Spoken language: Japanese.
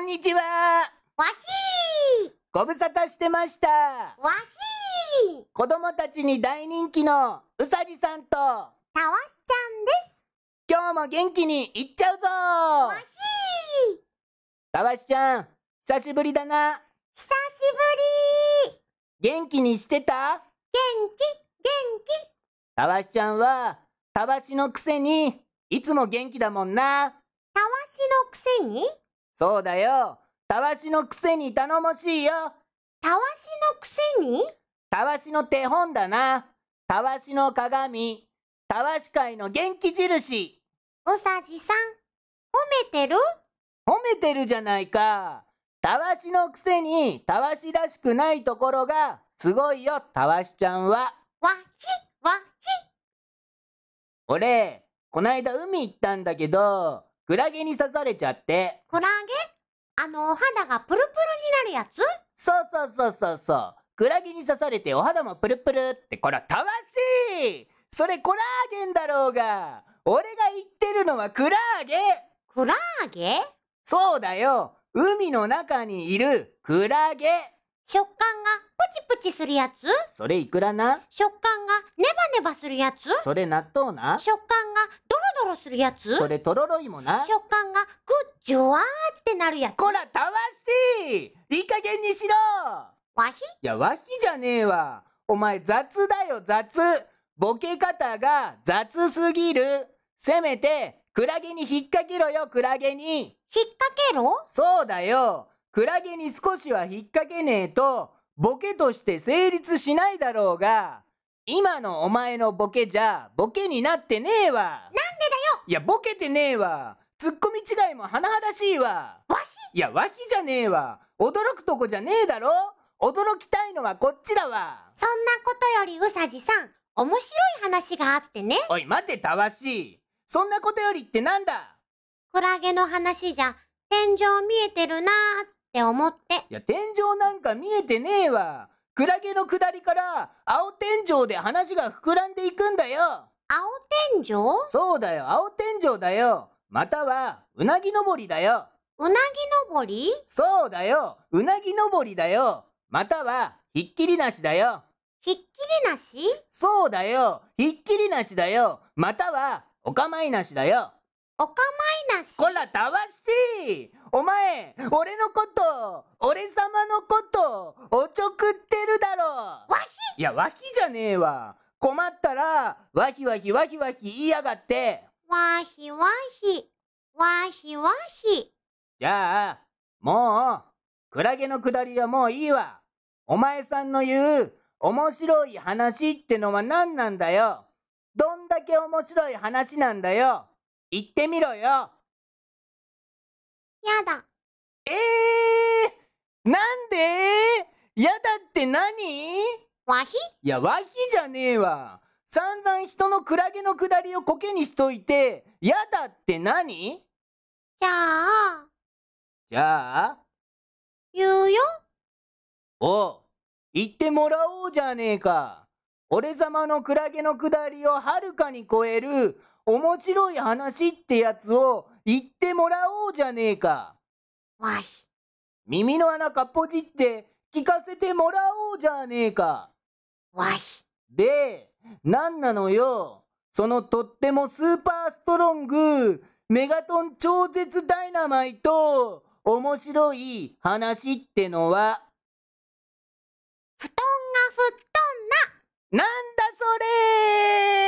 んにちはわしーご無沙汰してましたわしー子供たちに大人気のうさじさんとたわしち今日も元気にいっちゃうぞゃんですわしーたわしちゃん久しぶりだな久しぶり元気にしてた元気元気たわしちゃんはたわしのくせにいつも元気だもんなたわしのくせにそうだよたわしのくせに頼もしいよたわしのくせにたわしの手本だなたわしの鏡たわし界の元気印うさじさん、褒めてる褒めてるじゃないか。たわしのくせに、たわしらしくないところが、すごいよ、たわしちゃんは。わし、わし。俺、こないだ海行ったんだけど、クラゲに刺されちゃって。クラゲあの、お肌がプルプルになるやつそうそうそうそうそう。クラゲに刺されてお肌もプルプルって、こら、たわしそれコラーゲンだろうが。俺が言ってるのはクラーゲクラゲそうだよ。海の中にいるクラゲ。食感がプチプチするやつそれいくらな食感がネバネバするやつそれ納豆な食感がドロドロするやつそれとろろいもな。食感がグッジュワーってなるやつこら、たわしいい加減にしろわひいや、わしじゃねえわ。お前、雑だよ、雑。ボケ方が雑すぎる。せめて、クラゲに引っ掛けろよ、クラゲに。引っ掛けろそうだよ。クラゲに少しは引っ掛けねえと、ボケとして成立しないだろうが、今のお前のボケじゃ、ボケになってねえわ。なんでだよいや、ボケてねえわ。ツッコミ違いも甚だしいわ。わいや、わしじゃねえわ。驚くとこじゃねえだろ驚きたいのはこっちだわ。そんなことよりうさじさん面白い話があってねおい、待て、たわし。そんなことよりってなんだクラゲの話じゃ天井見えてるなーって思っていや、天井なんか見えてねえわ。クラゲの下りから、青天井で話が膨らんでいくんだよ。青天井そうだよ、青天井だよ。または、うなぎ登りだよ。うなぎのぼりそうだよ、うなぎ登りだよ。または、ひっきりなしだよ。ひっきりなしそうだよ、ひっきりなしだよ。または、お構いなしだよ。お構いなしこら、たわしお前、俺のこと、俺様のこと、おちょくってるだろわひいや、わひじゃねえわ。困ったら、わひわひわひわひ言いやがって。わひわひわひわひじゃあ、もう、クラゲのくだりはもういいわ。お前さんの言う、面白い話ってのは何なんだよ。どんだけ面白い話なんだよ。言ってみろよ。やだええー、なんでやだって何わひいや、わひじゃねえわ。散々人のクラゲのくだりをコケにしといて、やだって何じゃあじゃあ、言うよおう、言ってもらおうじゃねえか。俺様のクラゲのくだりをはるかに超える面白い話ってやつを言ってもらおうじゃねえか。わひ耳の穴かっぽじって聞かせてもらおうじゃねえか。わひで、なんなのよ。そのとってもスーパーストロング、メガトン超絶ダイナマイト、面白い話ってのは。布団が吹っ飛んなだんだそれ